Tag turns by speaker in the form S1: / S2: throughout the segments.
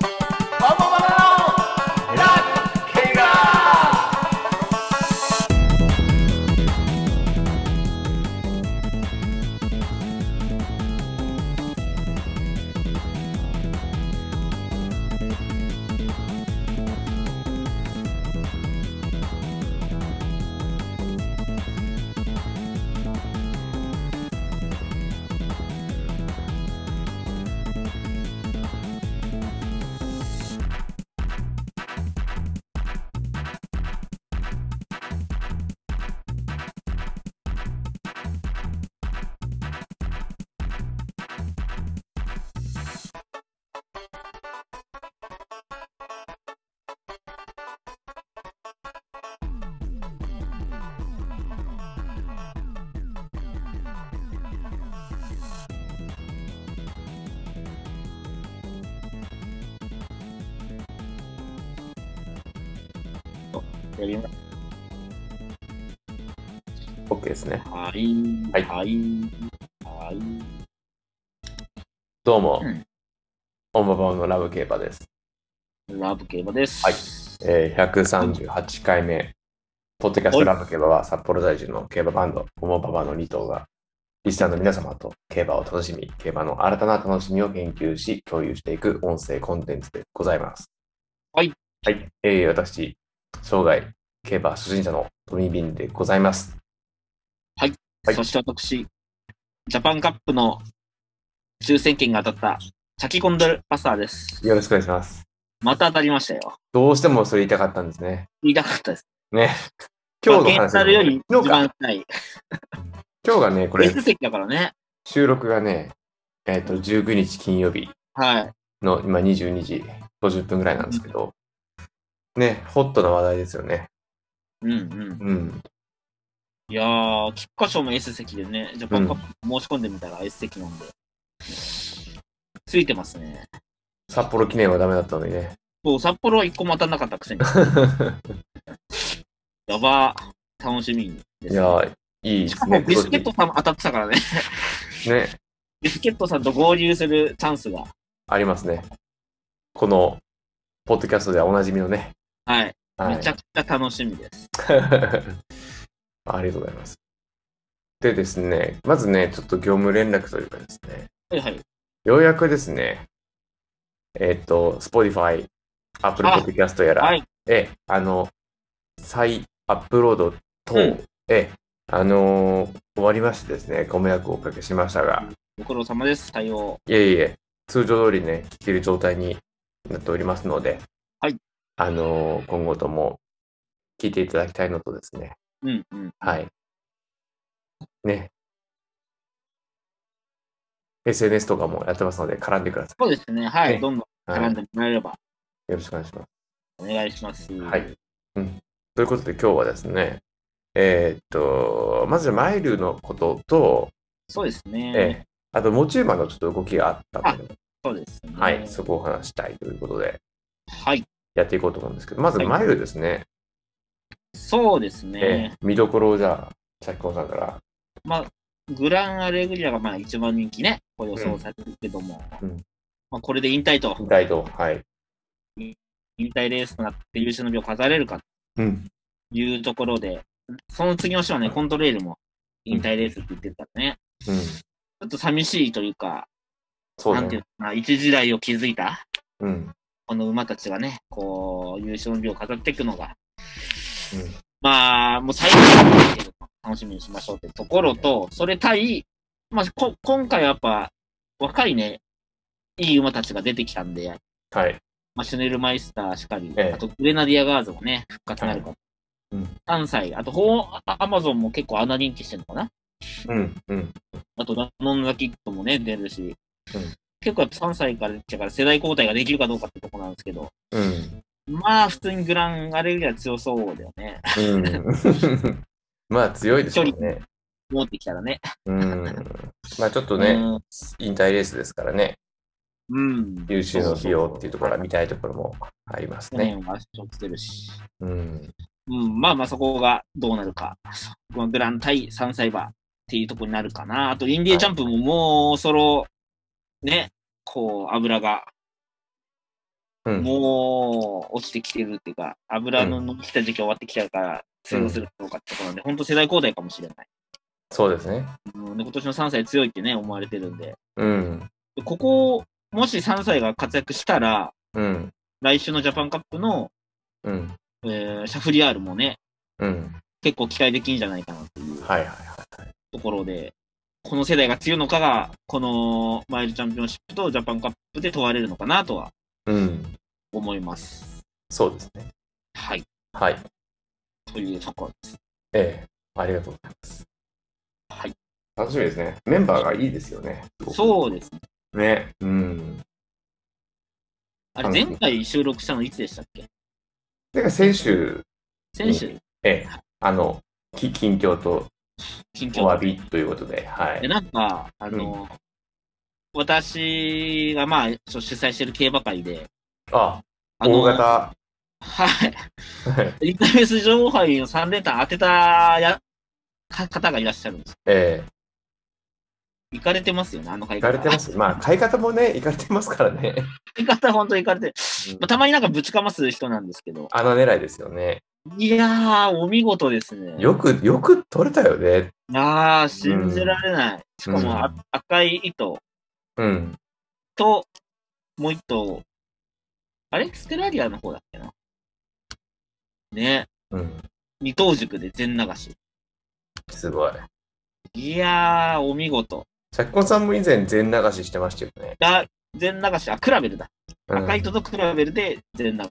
S1: バンバンバナナのラッキーガ
S2: やります。
S3: OK ですね。
S2: はい。
S3: はい
S2: はい。はい。
S3: どうも
S2: うん、
S3: オンババオのラブ競馬です。
S2: ラブ競馬です。
S3: はいえー、138回目、ポッドキャストラブ競馬は札幌在住の競馬バンド、オモババの2頭が、リスナーの皆様と競馬を楽しみ、競馬の新たな楽しみを研究し、共有していく音声コンテンツでございます。
S2: はい。
S3: はい。えー、私、生涯競馬初心者のトミー・ビンでございます。はい
S2: そして私、ジャパンカップの抽選券が当たった、チャキコンドルパサーです。
S3: よろしくお願いします。
S2: また当たりましたよ。
S3: どうしてもそれ言いたかったんですね。
S2: 言いたかったです。
S3: ね。今日の
S2: まあゲン
S3: 話
S2: タルより
S3: 昨
S2: 一
S3: 日か
S2: 番ない。
S3: 今日がね、これ
S2: S 席だからね。
S3: 収録がね、えっ、と、19日金曜日
S2: はい。
S3: の今22時50分ぐらいなんですけど、ね、ホットな話題ですよね。
S2: うんうん。
S3: うん。
S2: いやー、菊花賞も S 席でね、ジャパンカップ申し込んでみたら S 席なんで、ついてますね。
S3: 札幌記念はダメだったのにね。
S2: そう、札幌は一個も当たんなかったくせに。やばー、楽しみ
S3: い
S2: です。
S3: やー、いいで
S2: しか
S3: す
S2: も
S3: ね。
S2: ビスケットさんも当たって たからね。
S3: ね、
S2: ビスケットさんと合流するチャンスが。
S3: ありますね。この、ポッドキャストではおなじみのね。
S2: はい。
S3: は
S2: めち ゃくちゃ楽しみです。
S3: ありがとうございます。でですね、まずね、ちょっと業務連絡というかですね、
S2: はいはい。
S3: ようやくですね、えっ、と、Spotify、Apple
S2: あ
S3: Podcast やら、
S2: はい。
S3: ええ、あの、再アップロード等、
S2: うん
S3: ええ、あのー終わりましてですね、ご迷惑をおかけしましたが、
S2: ご苦労様です。対応。
S3: いえいえ、通常通りね、聞ける状態になっておりますので、
S2: はい。
S3: あのー今後とも聞いていただきたいのとですね、
S2: うんうん。
S3: はい。ね。SNS とかもやってますので、絡んでくださ
S2: そうですね。はい。
S3: ね
S2: どんどん
S3: い。は
S2: 絡
S3: い
S2: んでもらえれば
S3: よろしくお願いします。
S2: お願いします。
S3: は。い。うん。ということで今日はですね、えーっと、まずマイルのことと、
S2: そうですね。
S3: えーあと、モチューマのちょっと動きがあったので、
S2: そうですね。
S3: はい、そこをお話したいということで、
S2: はい。
S3: やっていこうと思うんですけど、まず
S2: はい
S3: マイルですね、
S2: そうです
S3: え
S2: ね。
S3: ー見どころをじゃあ、さっきこさんから、
S2: まあ、グランアレグリアがまあ一番人気ね、こう予想されるけども、
S3: うん
S2: まあ、これで引退と、
S3: 見たいと、はい。
S2: 引退レースとなって優勝の美を飾れるか
S3: うん。
S2: というところで、その次の週はね、コントレイルも引退レースって言ってたからね、
S3: うん。
S2: ちょっと寂しいというか、
S3: そう
S2: なん
S3: だ
S2: ていう
S3: ね。
S2: かな、一時代を築いた、
S3: うん。うん。
S2: この馬たちがね、こう、優勝の美を飾っていくのが、まあ、もう最後にですけど楽しみにしましょうってところと、それ対、まあ、こ今回はやっぱ、若いね、いい馬たちが出てきたんで、
S3: はい。
S2: まあ、シュネルマイスターしかり、
S3: ええ
S2: あとグレナディアガーズもね、復活なるか、
S3: うん。
S2: 関西、あとほうあアマゾンも結構穴人気してるのかな
S3: うん。うん。
S2: あと、ダノンザキットもね、出るし、
S3: うん
S2: 結構やっぱ3歳からだから世代交代ができるかどうかってとこなんですけど、
S3: うん。
S2: まあ、普通にグランアレルギア強そうだよね。
S3: うん。 まあ、強いでしょうね。
S2: 持ってきたらね。
S3: うん。まあ、ちょっとね、
S2: うん
S3: 引退レースですからね。
S2: うん。
S3: 優秀の費用っていうところは見たいところもあります
S2: 去
S3: ね。
S2: 年は圧勝してるし。
S3: うん。
S2: うん、まあまあそこがどうなるか。まあグラン対3歳馬っていうところになるかな。あと、インディージャンプももうそろ、ね、こう、油が
S3: うん
S2: もう落ちてきてるっていうか、油の伸びた時期終わってきちゃうから、強くするのかってところなんで、本当世代交代かもしれない。
S3: そうですね。
S2: うんで今年の3歳強いってね、思われてるんで、
S3: うん。
S2: でここ、もし3歳が活躍したら、
S3: うん。
S2: 来週のジャパンカップの、
S3: うん。
S2: えーシャフリヤールもね、
S3: うん。
S2: 結構期待できるんじゃないかなっていう
S3: はいはいは。
S2: ところで、この世代が強いのかが、このマイルチャンピオンシップとジャパンカップで問われるのかなとはい
S3: うん。
S2: 思います。
S3: そうですね。
S2: はい。
S3: はい。
S2: というところです。
S3: ええ。ありがとうございます。
S2: はい。
S3: 楽しみですね。メンバーがいいですよね。
S2: そうですね。
S3: う。ね。うん。
S2: あれ、
S3: 楽しみ
S2: 前回収録したのいつでしたっけ
S3: だから先週、
S2: 先週、
S3: ええ、あの、き近況と
S2: 近況
S3: お詫びということで、は
S2: で、
S3: い。
S2: なんか、あの、私が、まあ、そう主催してる競馬会で、
S3: あ、
S2: あの、
S3: 大 型。
S2: はい。インタビュース上杯の3連単当てたやか方がいらっしゃるんです。
S3: ええ、
S2: 行かれてますよね、あの買い
S3: 行か
S2: 方。
S3: れてます。まあ、買い方もね、行かれてますからね。
S2: 買い方、本当に行かれてる。
S3: うん
S2: まあたまになんかぶちかます人なんですけど。
S3: 穴狙いですよね。
S2: いやー、お見事ですね。
S3: よく、よく取れたよね。
S2: あー、信じられない。しかも、あ
S3: う
S2: 赤い糸
S3: うん。
S2: と、もう一頭、あれステラリアの方だっけな。ね、
S3: うん。
S2: 二頭軸で全流し。
S3: すごい。
S2: いやー、お見事。
S3: チャッコンさんも以前全流ししてましたよね。
S2: が、全流し、あ、クラベルだ。
S3: うん
S2: 赤い糸とクラベルで全流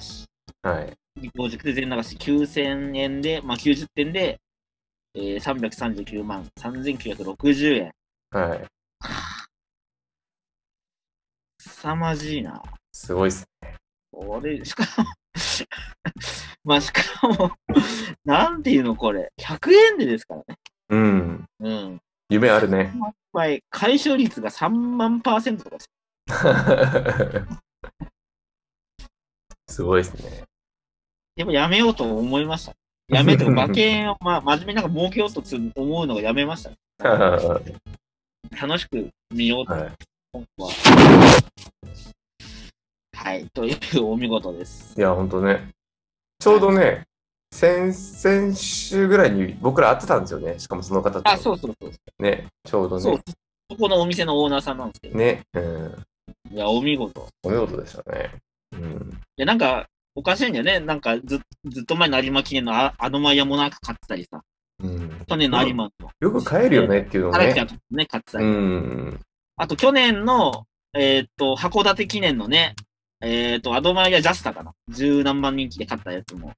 S2: し。
S3: はい。
S2: 日本軸で全流し9000円で、まあ、90点で、えー、339万3960円。
S3: はい。
S2: 凄まじいな。
S3: すごいっす。
S2: これ、しかも、 まあ、しかも、なんていうのこれ。100円でですからね。
S3: うん。
S2: うん。
S3: 夢あるね。
S2: まあ、回収率が3万パーセントとかです
S3: すごいっすね。
S2: やっぱやめようと思いました。やめて、馬券を、まあ、真面目になんか儲けようとつ思うのがやめました。
S3: は
S2: 楽しく見ようと
S3: い
S2: 思うのは。はい。というお見事です
S3: い。や、ほんとね。ちょうどね、先々週ぐらいに僕ら会ってたんですよね。しかもその方と。
S2: あ、そうそうそう。
S3: ね。ちょうど
S2: そう
S3: ね。。
S2: そこのお店のオーナーさんなんですけど。
S3: ね。うん。
S2: いや、お見事。
S3: お見事でしたね。うん。
S2: で、なんか、おかしいんだよね。なんかず、ずっと前の有馬記念のああのマイヤもなんか買ってたりさ。
S3: うん、
S2: 去年の有馬の
S3: よく帰るよねっていうのも
S2: 荒木ち
S3: ね
S2: ゃん。とかね、買ってた
S3: う
S2: り。
S3: ん。
S2: あと、去年の、えーっと、函館記念のね、えーっと、アドマイヤジャスタかな。十何番人気で買ったやつも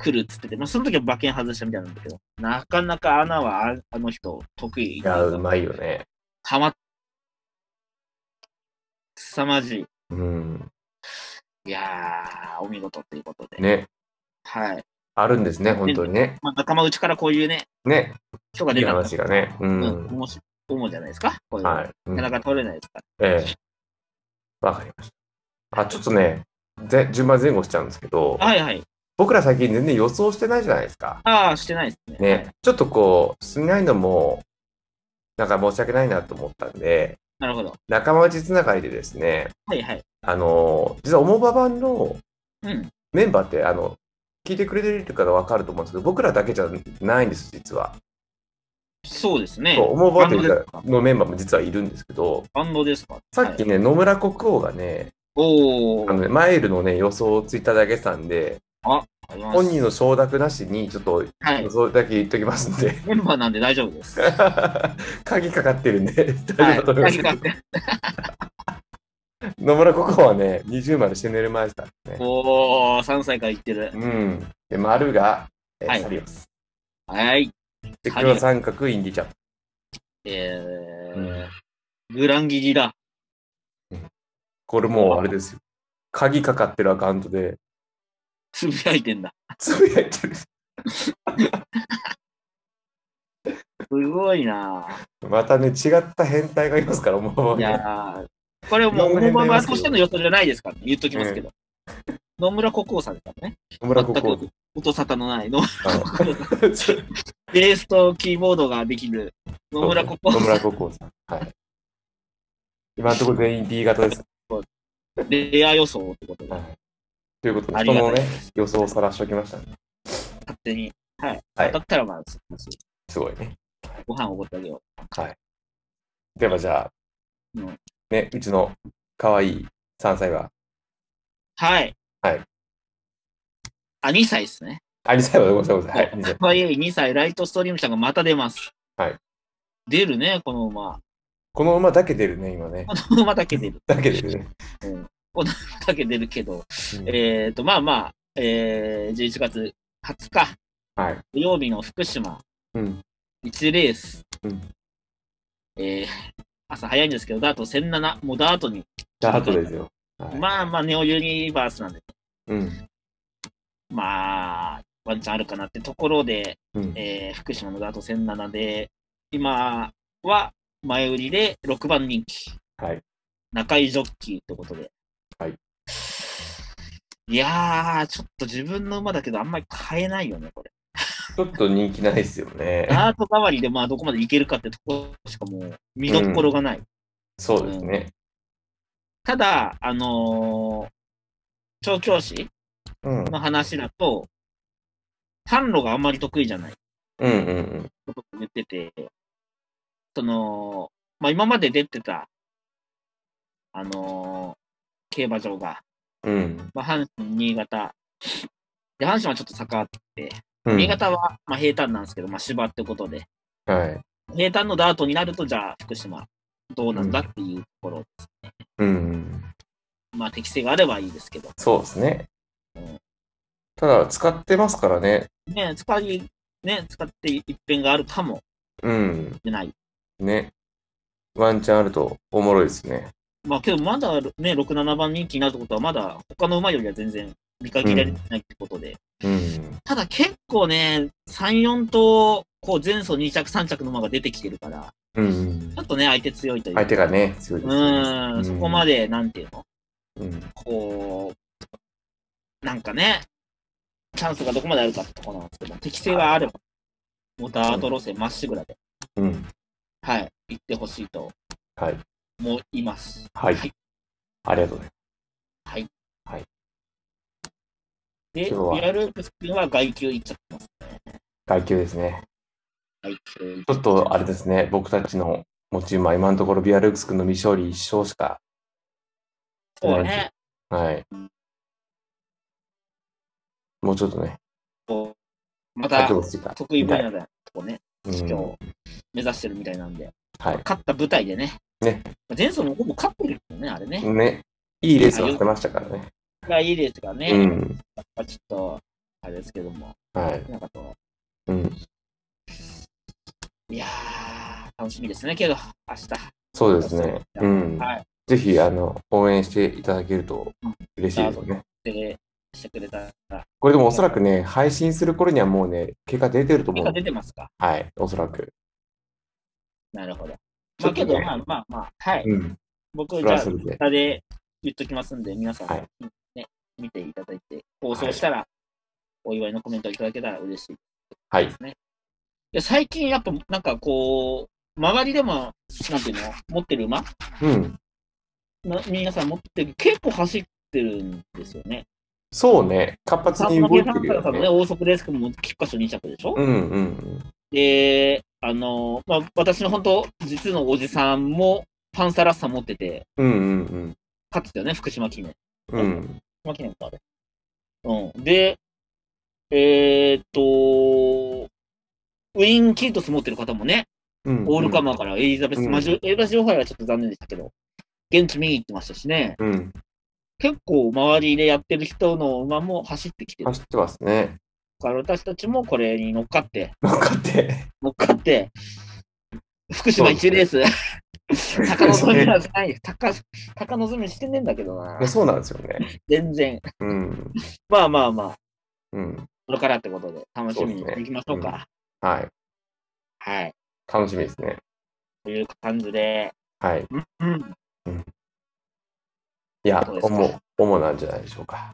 S2: 来るっつってて、まあ、その時は馬券外したみたいなんだけど、なかなか穴はああの人得意。
S3: いや、うまいよね。
S2: はまっ、凄まじい。
S3: うん。
S2: いやー、お見事ということで。
S3: ね。
S2: はい。
S3: あるんですね、本当にね。
S2: まあ、仲間内からこういうね、
S3: ね。
S2: 人が
S3: い
S2: 出
S3: い
S2: たら、
S3: 話がね。う
S2: うん
S3: ん。
S2: 面白いと思うじゃないですか。こういうの
S3: はい。う
S2: なかなんか取れないですから。
S3: ええ。わかりました。あ、ちょっとね、ぜ順番前後しちゃうんですけど、
S2: はいはい。
S3: 僕ら最近全然予想してないじゃないですか。
S2: ああ、してないですね。はい
S3: ね。ちょっとこう、しないのも、なんか申し訳ないなと思ったんで、
S2: なるほど。
S3: 仲間内つながりでですね、
S2: はいはい。
S3: あの、実はオモバ版の
S2: うん。
S3: メンバーって、あの、聞いてくれてるからわかると思うんですけど、僕らだけじゃないんです、実は。
S2: そうですね。
S3: そう、思うバ
S2: バン
S3: ト
S2: ドです
S3: ル
S2: か
S3: のメンバーも実はいるんですけど、
S2: バンドですか
S3: さっき
S2: はい
S3: ね、野村国王がね、
S2: お
S3: あのね
S2: ー。
S3: マイルのね、予想をツイッターで上げてたんで、本人
S2: の。
S3: の承諾なしに、ちょっと、
S2: はい。
S3: それだけ言っときますんで、
S2: メンバーなんで大丈夫です。
S3: 鍵かかってるんで、大丈夫だ
S2: はい。
S3: と思いますけど、
S2: 大丈夫です
S3: 野村国王はね、20までして寝る前でしたね。
S2: おー、3歳から言ってる。
S3: うん。で、丸が、えー
S2: はい
S3: サリオス。
S2: はい。
S3: で、
S2: サリオ
S3: 黒
S2: ス
S3: 三角、インディキャップ。
S2: え
S3: うん
S2: ー、グランギギだ。
S3: これもう、あれですよ。鍵かかってるアカウントで、
S2: つぶやいてんだ。
S3: つぶやいてる。
S2: すごいな
S3: またね、違った変態がいますから、もう。
S2: いやーこれも
S3: い
S2: う、
S3: ろんな面
S2: ま
S3: があ
S2: あ
S3: りま
S2: まあ、
S3: すけど
S2: としての予想じゃないですから、ね、言っときますけど。野村国王さんですからね。
S3: 野村国王
S2: 全く音沙汰のない野村
S3: あ
S2: 国王さん。 ベースとキーボードができる野村国
S3: 野
S2: 王さん。
S3: 村国王さん。はい。今のところ全員 B 型です。
S2: レア予想ってことで、
S3: は
S2: 勝
S3: いということで、
S2: あり
S3: 人
S2: がたい
S3: のね、予想をさらしておきましたね。
S2: 手に。はい。
S3: はい
S2: だったらまあ、
S3: すごいね。
S2: ご飯おごってあげよ
S3: ではじゃあ、
S2: うん
S3: ね、うちの可愛い3歳は、
S2: う。はい。
S3: はい。
S2: あ、2歳ですね。
S3: あ、2歳はごめんなさい、ごめんなさい。はい、2歳
S2: かわいい2歳、ライトストリームさんがまた出ます。
S3: はい。
S2: 出るね、この馬。
S3: この馬だけ出るね、今ね。
S2: この馬だけ出る。
S3: だけ出るね。
S2: うん。この馬だけ出るけど、
S3: うん
S2: えっ、ー、と、まあまあ、えー、11月20日、
S3: はい。
S2: 土曜日の福島、
S3: うん。
S2: 1レース。
S3: うん
S2: えー朝早いんですけど、ダート1007、もうダートに、
S3: じゃあ、あとですよ。はい。
S2: まあまあ、ネオユニバースなんで、
S3: うん。
S2: まあ、ワンチャンあるかなってところで、
S3: うん。
S2: えー福島のダート1007で、今は前売りで6番人気、
S3: はい。
S2: 中井ジョッキーってことで。
S3: はい。
S2: いやー、ちょっと自分の馬だけど、あんまり買えないよね、これ。
S3: ちょっと人気ないですよね。
S2: ダート代わりで、まあ、どこまでいけるかってところしかもう、見どころがない。
S3: そうですね。
S2: ただ、あのー調教師
S3: うん。うん
S2: の話だと、販路があんまり得意じゃない
S3: うんうん。
S2: ことを言ってて、その、まあ、今まで出てた、あのー競馬場が、
S3: うん。
S2: まあ、阪神、新潟。で、阪神はちょっと坂あって、
S3: うん
S2: 新潟は、まあ、平坦なんですけど、まあ、芝ってことで、
S3: はい。
S2: 平坦のダートになると、じゃあ、福島、どうなんだっていうところ、
S3: うん。
S2: まあ、適性があればいいですけど、
S3: そうですね
S2: うん。
S3: ただ、使ってますからね。
S2: ね、使い、ね、使って一変があるかも
S3: うん。
S2: しれない。
S3: ね。ワンチャンあるとおもろいですね。
S2: まあ、けど、まだね、6、7番人気になるってことは、まだ、他の馬よりは全然見限られてないってことで、
S3: うん。
S2: ただ結構ね、3、4頭、こう、前走2着、3着の馬が出てきてるから、
S3: うん
S2: ちょ。っとね、相手強いというか
S3: 相手がね、強いです
S2: う
S3: ね
S2: ーん、そこま
S3: で。
S2: で、なんていうの、
S3: うん
S2: こう、なんかね、チャンスがどこまであるかってとこなんですけど、適性があれば、もうダート路線まっしぐらで、
S3: うん。
S2: はい、行ってほしいと
S3: はい。
S2: 思います。
S3: はい
S2: はい。
S3: ありがとうござい
S2: で、リ
S3: 今日は
S2: アループス君は外球行っちゃってます。
S3: ます。階級ですね。
S2: 外球
S3: ちょっとあれですね、僕たちの持ち馬、今のところビアルークス君の未勝利1勝しか、
S2: そうね、
S3: はい。もうちょっとね、
S2: こうま
S3: 勝
S2: た
S3: ち星が
S2: 得意分野だとこね、
S3: 見たい
S2: 今
S3: うん
S2: 日目指してるみたいなんで、
S3: はい
S2: 勝った舞台でね、
S3: ね
S2: まあ前走もほぼ勝ってるけどね、あれね。
S3: ね、いいレースをしてましたからね。
S2: がいいですからね、
S3: う
S2: やっ
S3: ん。
S2: ぱちょっと、あれですけども、
S3: はい。
S2: なんかこう、
S3: うん。
S2: いやー、楽しみですね、けど、明日。
S3: そうですね。うん。
S2: はい。
S3: ぜひ、あの、応援していただけると嬉しいですよね。
S2: で、してくれたら。
S3: これでもおそらくね、配信する頃にはもうね、結果出てると思
S2: 結
S3: う
S2: 果。出てますか
S3: はい、おそらく。
S2: なるほど。
S3: ちょ
S2: まあ、
S3: っ
S2: け
S3: とね
S2: ど、まあまあまあ、はい。
S3: うん。そ
S2: 僕、じ
S3: れ
S2: ゃ
S3: は
S2: あ、
S3: それで。
S2: 下で言っときますんで、皆さん、
S3: はい
S2: ね、見ていただいて、放送したら、お祝いのコメントをいただけたら嬉しい
S3: はい
S2: で。すね。いや最近、やっぱ、なんかこう、周りでも、なんていうの、持ってる馬
S3: うん。
S2: な皆さん持ってる、結構走ってるんですよね。
S3: そうね、活発
S2: さ
S3: に動いてるよ
S2: さんの
S3: ね。
S2: ね、大速レースクも菊花賞2着でしょ、
S3: うんうん
S2: で、あの、まあ、私の本当、実のおじさんも、パンサラッサ持ってて、
S3: うん。うんうん
S2: 勝ってたよね、福島記念。
S3: うん。うん。
S2: 福島記念か、あれ。うん。で、えーっと、ウィン・キートス持ってる方もね、
S3: うん
S2: オールカマーからエリザベス、
S3: うん
S2: マジュエリザベス・オファイはちょっと残念でしたけど、現地見に行ってましたしね、
S3: うん。
S2: 結構周りでやってる人の馬も走ってきてる
S3: 走ってますね。
S2: から、私たちもこれに乗っかって、
S3: 分かって。
S2: 乗っかって、福島1レース、高望みはない。高、高望みしてねえんだけどな
S3: ね、。そうなんですよね。
S2: 全然。
S3: うん。
S2: まあまあまあ、
S3: うん。
S2: これからってことで楽しみにしていきましょ
S3: そ
S2: う
S3: うで
S2: か。
S3: はい。
S2: はい。
S3: 楽しみですね。
S2: という感じで、
S3: はい。
S2: うんうん、
S3: いや
S2: そう、ですか
S3: 主、主なんじゃないでしょうか。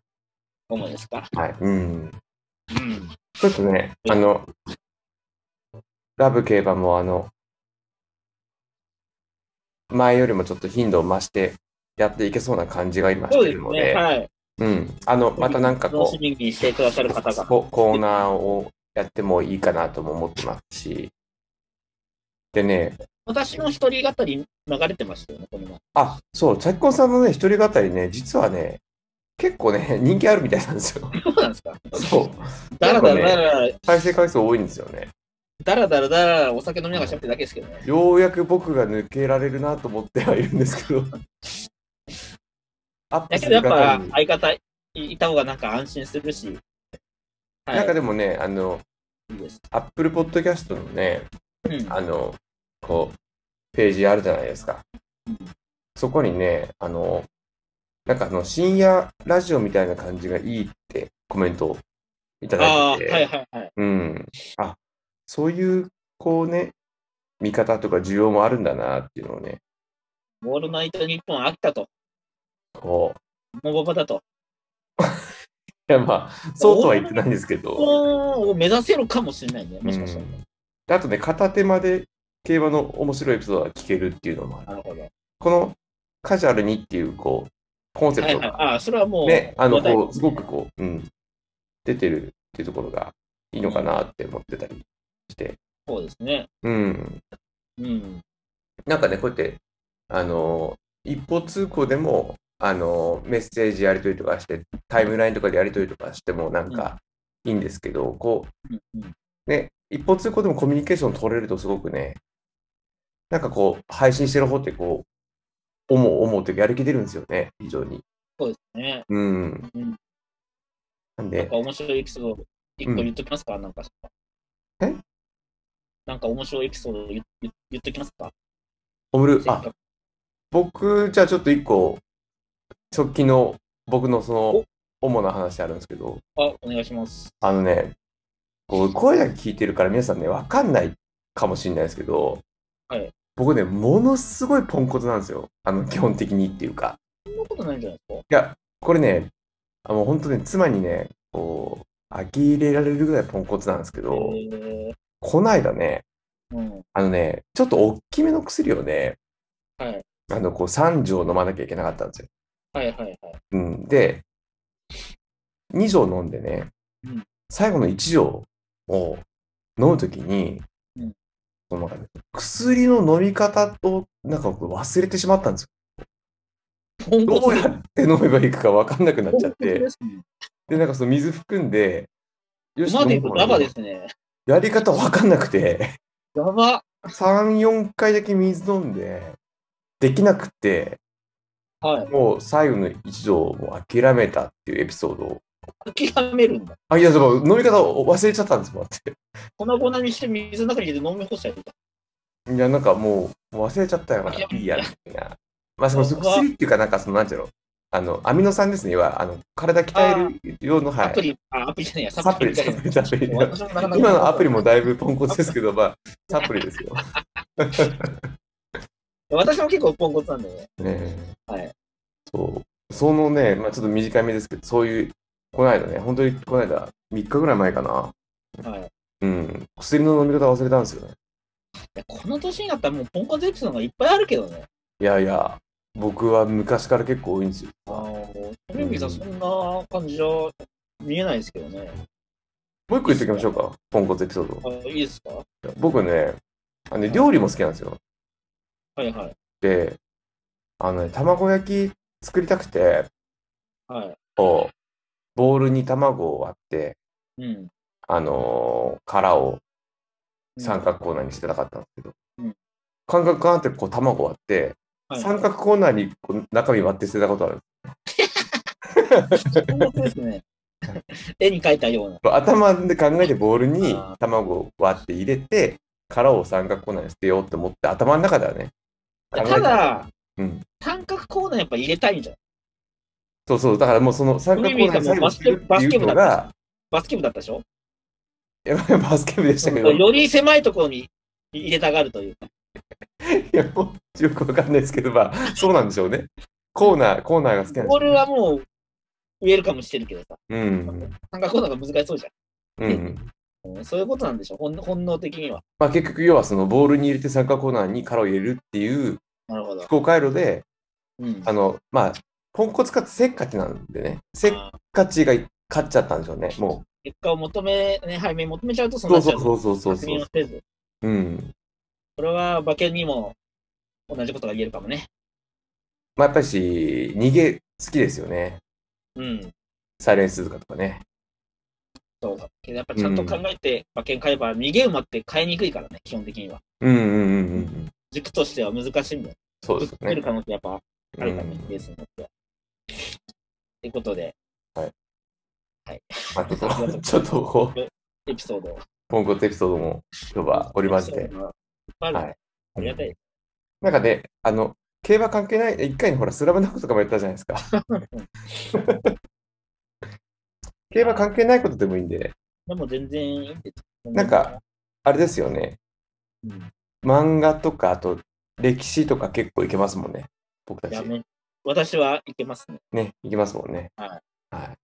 S2: 思うですか。
S3: はい。うん。
S2: うん。
S3: ちょっとね、あの、ラブ競馬もあの、前よりもちょっと頻度を増してやっていけそうな感じが今し
S2: そう
S3: て
S2: で
S3: る
S2: す
S3: ので、
S2: ね。はい。
S3: うん、あのまたなんか
S2: 楽
S3: こ
S2: し
S3: う
S2: みにしてくださる方が。
S3: ココーナーをやってもいいかなとも思ってますし、でね、
S2: 私の一人語り流れてましたよね、これは。
S3: あそう、チャキコンさんのね、一人語りね、実はね、結構ね、人気あるみたいなんですよ。
S2: そうなんですか
S3: そう、
S2: だらだらだら、
S3: 再生回数多いんですよね。
S2: だらだらだらだらお酒飲みながら喋ってるだけですけどね。
S3: ようやく僕が抜けられるなと思ってはいるんです けど。アップ
S2: だけ
S3: す
S2: どや
S3: る
S2: っぱ
S3: 方に
S2: 相方いた方がなんか安心するし。はい、
S3: なんかでもね、あの、
S2: いいです。
S3: アップルポッドキャストのね、
S2: うん。
S3: あの、こう、ページあるじゃないですか。そこにね、あの、なんかあの、深夜ラジオみたいな感じがいいってコメントをいただ
S2: ああ
S3: いて
S2: ー、
S3: て、
S2: はいはいはい。
S3: うん。あ、そういう、こうね、見方とか需要もあるんだなっていうのをね、
S2: オールナイト日本飽きたと。
S3: こう、
S2: モババだと。
S3: いやまあ、そうとは言ってないんですけ
S2: こ
S3: ど、
S2: こを目指せるかもしれないね、もしかしたら。
S3: うんであとね、片手間で競馬の面白いエピソードが聞けるっていうのもある。
S2: なるほど。
S3: このカジュアルにっていう、こう、コンセ
S2: は
S3: プ
S2: い
S3: ト
S2: はい。
S3: が、
S2: ああ、それはもう。
S3: ね、あの、
S2: 話題
S3: こう、すごくこう、うん、出てるっていうところがいいのかなって思ってたりして、
S2: そうですね。
S3: うん、
S2: うん。
S3: なんかね、こうやって、あの、一方通行でも、あの、メッセージやり取りとかして、タイムラインとかでやり取りとかしても、なんか、いいんですけど、こう、
S2: うんうん
S3: ね、一方通行でもコミュニケーション取れるとすごくね、なんかこう、配信してる方ってこう、思う思うというかやる気出るんですよね、非常に。
S2: そうですね。
S3: うん。
S2: うん
S3: なん
S2: なん
S3: で
S2: か、面白いエピソード、一個言っときますか、なんか。
S3: え
S2: なんか面白いエピソード言言言っときますか
S3: オムル、
S2: せっ
S3: あ
S2: か、く
S3: 僕、じゃあちょっと一個、直近の僕のその、主な話あるんですけど、
S2: あ、お願いします。
S3: あのね、こう声だけ聞いてるから皆さんね、わかんないかもしれないですけど、
S2: はい
S3: 僕ね、ものすごいポンコツなんですよ。あの、基本的にっていうか。
S2: そんなことないんじゃないですか
S3: いや、これね、あもう本当ね、妻にね、こう、呆れられるぐらいポンコツなんですけ
S2: え
S3: ど、
S2: ー、
S3: こないだね、
S2: うん。
S3: あのね、ちょっと大きめの薬をね、
S2: はい。
S3: あの、こう、3錠飲まなきゃいけなかったんですよ。
S2: はいはいはい。
S3: うん、で、2錠飲んでね
S2: うん、
S3: 最後の1錠を飲むときに
S2: うん、
S3: そのなんかね薬の飲み方をなんか僕忘れてしまったんですよ。
S2: ポン
S3: ど
S2: コ
S3: う
S2: ツ
S3: やって飲めばいいか分かんなくなっちゃっ
S2: ポン
S3: て
S2: コツで。すね
S3: で、なんかその水含んで、よ
S2: 馬で
S3: 飲
S2: 行
S3: も
S2: く
S3: う
S2: ラバですね。
S3: やり方わかんなくて、
S2: やば。
S3: 3、4回だけ水飲んで、できなくて、
S2: は
S3: もう最後の一錠をもう諦めたっていうエピソードを。
S2: い。諦めるんだ。
S3: あ、いや、でも飲み方を忘れちゃったんですもんって。
S2: 粉々にして水の中に入れて飲み干しちゃう。
S3: いや、なんかもう、もう忘れちゃったよな、い
S2: 諦め
S3: いや、みたいな。まあ、その
S2: うわ
S3: 薬っていうか、なんかその、なんていうの、あの、アミノ酸ですね、いわゆるあの体鍛える用の、は
S2: アプ
S3: い。
S2: リ、あ、アプリじゃないや、
S3: サプリ、
S2: じゃ
S3: サ
S2: ない
S3: プリ、サプリ。
S2: 私もなかなか
S3: 今のアプリもだいぶポンコツですけど、まあ、サプリですよ。
S2: 私も結構ポンコツなんだよね。
S3: ねえ
S2: はい
S3: そう。そのね、まあ、ちょっと短めですけど、そういう、この間ね、本当にこの間、3日ぐらい前かな。
S2: はい。い
S3: うん。薬の飲み方忘れたんですよね。
S2: や、この年になったらもうポンコツエピソードがいっぱいあるけどね。
S3: いやいや、僕は昔から結構多いんですよ。
S2: あ
S3: も
S2: の、富見さん、そんな感じじゃ見えないですけどね。
S3: う一個言っておきましょうか、ポンコツエピソード。
S2: あいいですかは
S3: 僕ね、あの料理も好きなんですよ。
S2: いはい。
S3: で、あのね、卵焼き作りたくて、
S2: は
S3: こうボウルに卵を割って、
S2: い。うん。
S3: あのー殻を三角
S2: コ
S3: コーナーにしてなかったんですけど、
S2: うん
S3: 三角コーナーってこう卵割って、三角コーナーにこう中身割って捨てたことある。
S2: ポンコツで すね。絵に描いたような。
S3: 頭で考えてボウルに
S2: あー
S3: 卵を割って入れて、殻を三角コーナーに捨てようって思って、頭の中ではね、考え
S2: ただ、
S3: うん、
S2: 三角コーナーやっぱ入れたいんじゃん。
S3: そうそう、だからもうその三角コーナーに最後捨てるっていうのが、
S2: バスケ部だったでしょ
S3: やばいバスケ部でしたけど、い
S2: より狭いところに入れたがるというか。
S3: やもうよくわかんないですけど、まあ、そうなんでしょうね。コーナー、コーナーが好きなんでしょ
S2: ボールはもう、ウェルカムしてるけどさ、
S3: う。うん。
S2: 三角コーナーが難しそうじ
S3: うんうん。
S2: ゃん。うんそういうことなんでしょ本本能的には。
S3: まあ、結局、要はそのボールに入れて三角コーナーに殻を入れるっていう
S2: なるほど
S3: 思。考回路で、
S2: うん。
S3: あの、まあ、ポンコツかつせっかちなんでね、せっ
S2: あー
S3: かちが勝っちゃったんでしょうね、も
S2: 結果を求め、ね、背面求めちゃうと
S3: う。
S2: そう
S3: そ
S2: な
S3: う
S2: っち
S3: そ
S2: ゃう。
S3: うそうそうそう
S2: 確認
S3: そ
S2: を
S3: う。
S2: せず。
S3: うん。
S2: これは馬券にも同じことが言えるかもね。
S3: まあ、やっぱりし、逃げ好きですよね。
S2: うん。
S3: サイレンス鈴鹿とかね。
S2: そうだ。けどやっぱちゃんと考えて馬券買えば、逃げ馬って買いにくいからね、基本的には。
S3: うんうんうんうんうん。
S2: 軸としては難しいんだよ。
S3: そうで
S2: ぶっ
S3: すよ
S2: てる
S3: ね。
S2: 可能性やっぱあるからね
S3: うん、
S2: レースにとっては。ということで、
S3: まあ、ちょっと、ちょっとこう、
S2: エピソードを。
S3: ポンコツエピソードも今日はおりまし
S2: エ
S3: て
S2: ピ。ソードがいっぱいあるね
S3: はい
S2: ありがたい。
S3: なんかね、あの、競馬関係ない、一回にほら、スラムダンクとかもやったじゃないですか。 競馬関係ないことでもいいんで、
S2: でも全然いいんです。
S3: なんか、あれですよね。
S2: うん、
S3: 漫画とか、あと、歴史とか結構いけますもんね。僕た
S2: いや
S3: ち。
S2: め私はいけますね。
S3: ね、いけますもんね。
S2: は
S3: はい。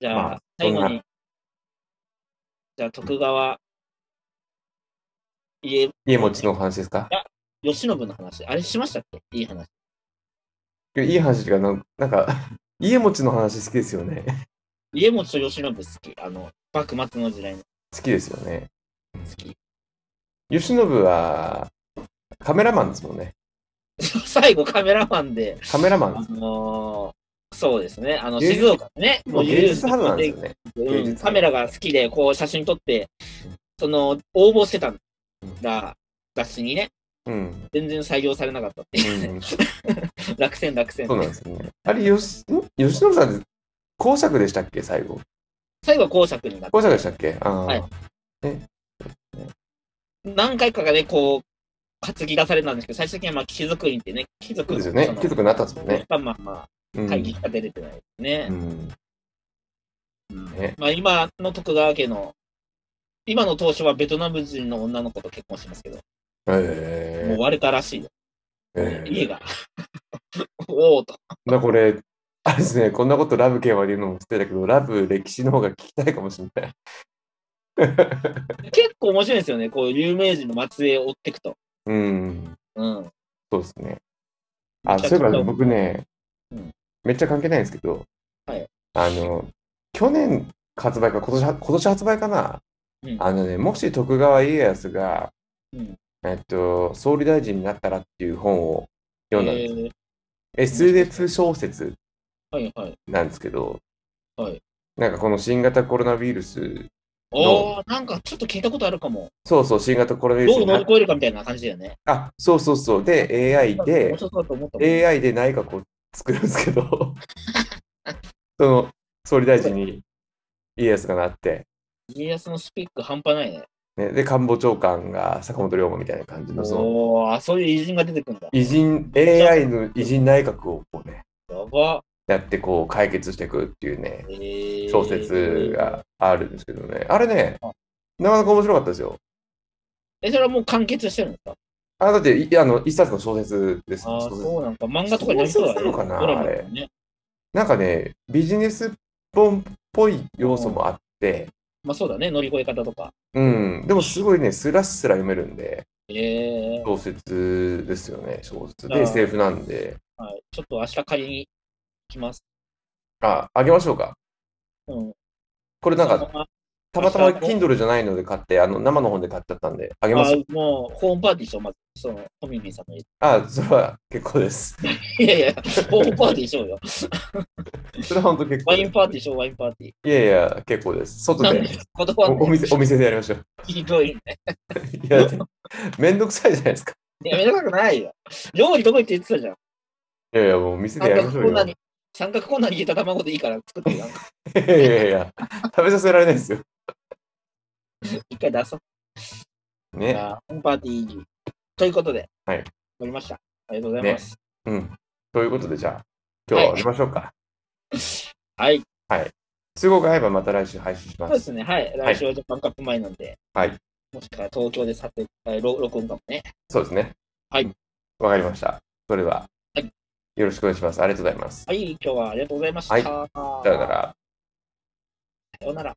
S2: じゃあ、
S3: まあ
S2: 最後
S3: そん
S2: に、じゃあ、徳川、家、
S3: 家持ちのお話ですか
S2: 慶喜の話、あれしましたっけいい話。
S3: いやいい話っていうか、なんなんか、 家持ちの話好きですよね。
S2: 家持と慶喜好き。あの、幕末の時代の
S3: 好きですよね。
S2: 好き。
S3: 慶喜は、カメラマンですもんね。
S2: 最後、カメラマンで、
S3: カメラマン
S2: あ
S3: です。
S2: のーそうですね、あの、
S3: 芸術
S2: 静岡ね、
S3: もう芸術派なんですよね。
S2: うん
S3: 芸術派
S2: カメラが好きで、こう、写真撮って、その、応募してたんだ、雑誌にね、
S3: うん。
S2: 全然採用されなかったっていう
S3: う ん
S2: 落選、落選
S3: そう。なんですよね。あれ、よし、ん吉信さんって、公爵でしたっけ、最後。
S2: 最後は公爵になって
S3: 公爵でしたっけああ、
S2: はい何回かがね、こう、担ぎ出されたんですけど、最終的にはまあ貴族院ってね、貴
S3: そ
S2: 族
S3: うですよ
S2: そ
S3: ね。
S2: の
S3: 貴族になったんですもんね。
S2: まあまあま
S3: う
S2: あ、
S3: ん。
S2: 会議が出れてないです
S3: う
S2: ね。
S3: ん。
S2: うん
S3: ね
S2: まあ今の徳川家の、今の当初はベトナム人の女の子と結婚してますけど、も
S3: え
S2: う割れたらしいよ、
S3: ー、えー
S2: 家が。 おおと。
S3: だからこれ、あれですね、こんなことラブ系は言うのも失礼だけど、ラブ歴史の方が聞きたいかもしれない。
S2: 結構面白いですよね、こう有名人の末裔を追っていくと。
S3: うん。
S2: うん。
S3: そうですね。あ、
S2: めち
S3: そ
S2: ゃ
S3: う
S2: くちゃ
S3: いえばね僕ね
S2: うん、
S3: めっちゃ関係ないんですけど、
S2: はい
S3: あの、去年発売か、今年は今年発売かな、
S2: うん
S3: あのね、もし徳川家康が、
S2: うん
S3: えっと、総理大臣になったらっていう本を読んだん
S2: え
S3: です。
S2: ー
S3: SF 小説
S2: はいはい。
S3: なんですけど、
S2: はい
S3: なんかこの新型コロナウイルス、
S2: おおなんかちょっと聞いたことあるかも。
S3: そうそう、新型コロナウイルス
S2: どう
S3: に
S2: 乗
S3: な
S2: り越えるかみたいな感じだよね。
S3: あ、そうそうそう。で、AI で
S2: 面、白そうだと思ったもん
S3: AI で内閣を作るんですけ ど、その総理大臣に家康がなって、
S2: 家康のスピック半端ないね。
S3: ね、で、官房長官が坂本龍馬みたいな感じの、その
S2: おおーあそういう偉人が出てくるんだ。
S3: 偉人、AI の偉人内閣をこうね、
S2: やば。
S3: やってこう解決していくっていうね、
S2: えー
S3: 小説。があるんですけどね。あれね、なかなか面白かったですよ。
S2: え、それはもう完結してるんですか
S3: あ、だって、いあの、一冊の小説です。
S2: ああ、
S3: 小説
S2: そうなんか。漫画とかになりそうだね。
S3: 小説なのかな
S2: ドラマとかね。
S3: なんかね、ビジネス本っぽい要素もあって、
S2: まあそうだね、乗り越え方とか。
S3: うん、でもすごいね、スラスラ読めるんで、
S2: ええ
S3: 小説ですよね、小説
S2: あー
S3: で、SF なんで。
S2: はい。ちょっと明日借りに来ます。
S3: あ、あげましょうか。
S2: うん。
S3: これなん
S2: その
S3: か、
S2: ま
S3: たまたま
S2: 明日
S3: Kindle じゃないので買って、あの、生の本で買っちゃったんで、あげ
S2: ま
S3: ます。
S2: あもう、ホームパーティーしよう、まず。その、コミミンさんの家。
S3: あ、それは結構です。
S2: いやいや、ホームパーティーしようよ。
S3: それは本当結構
S2: ワ
S3: で
S2: イ
S3: す
S2: ン。パーティーしよう、ワインパーティー。
S3: いやいや、結構です。外
S2: なん
S3: で
S2: で、、言葉
S3: おお
S2: ね、
S3: 店、お店でやりましょう。
S2: ひどいね。
S3: いや、めんどくさいじゃないですか。
S2: いやめたくないよ。料理どこ行って言ってたじゃん。
S3: いやいや、もうお店で
S2: 三
S3: やりま
S2: 角
S3: し
S2: コ
S3: ょう
S2: ー
S3: よ
S2: ナー。に、三角コーナーに入れた卵でいいから作ってよ。
S3: いやいやいや、食べさせられないですよ。
S2: 一回出そう。じ
S3: ね。
S2: ゃあ、ホームパーティーに。ということで、
S3: はい。
S2: 終わりました。ありがとうございます。
S3: うん。ということで、じゃあ、今日は終わりましょうか。
S2: はい。
S3: 都合が合えばまた来週配信しま。
S2: そうですすね。はい。
S3: はい
S2: 来週はジャパンカップ前なんで、
S3: はい。
S2: もしか東京で撮影、えーろ録音かもね。
S3: そうですね。
S2: はい。
S3: わかりました。それでは、
S2: はい
S3: よろしくお願いします。ありがとうございます。
S2: はい。今日はありがとうございました。
S3: はい
S2: さ
S3: さよ
S2: よ
S3: うなら。
S2: うなら。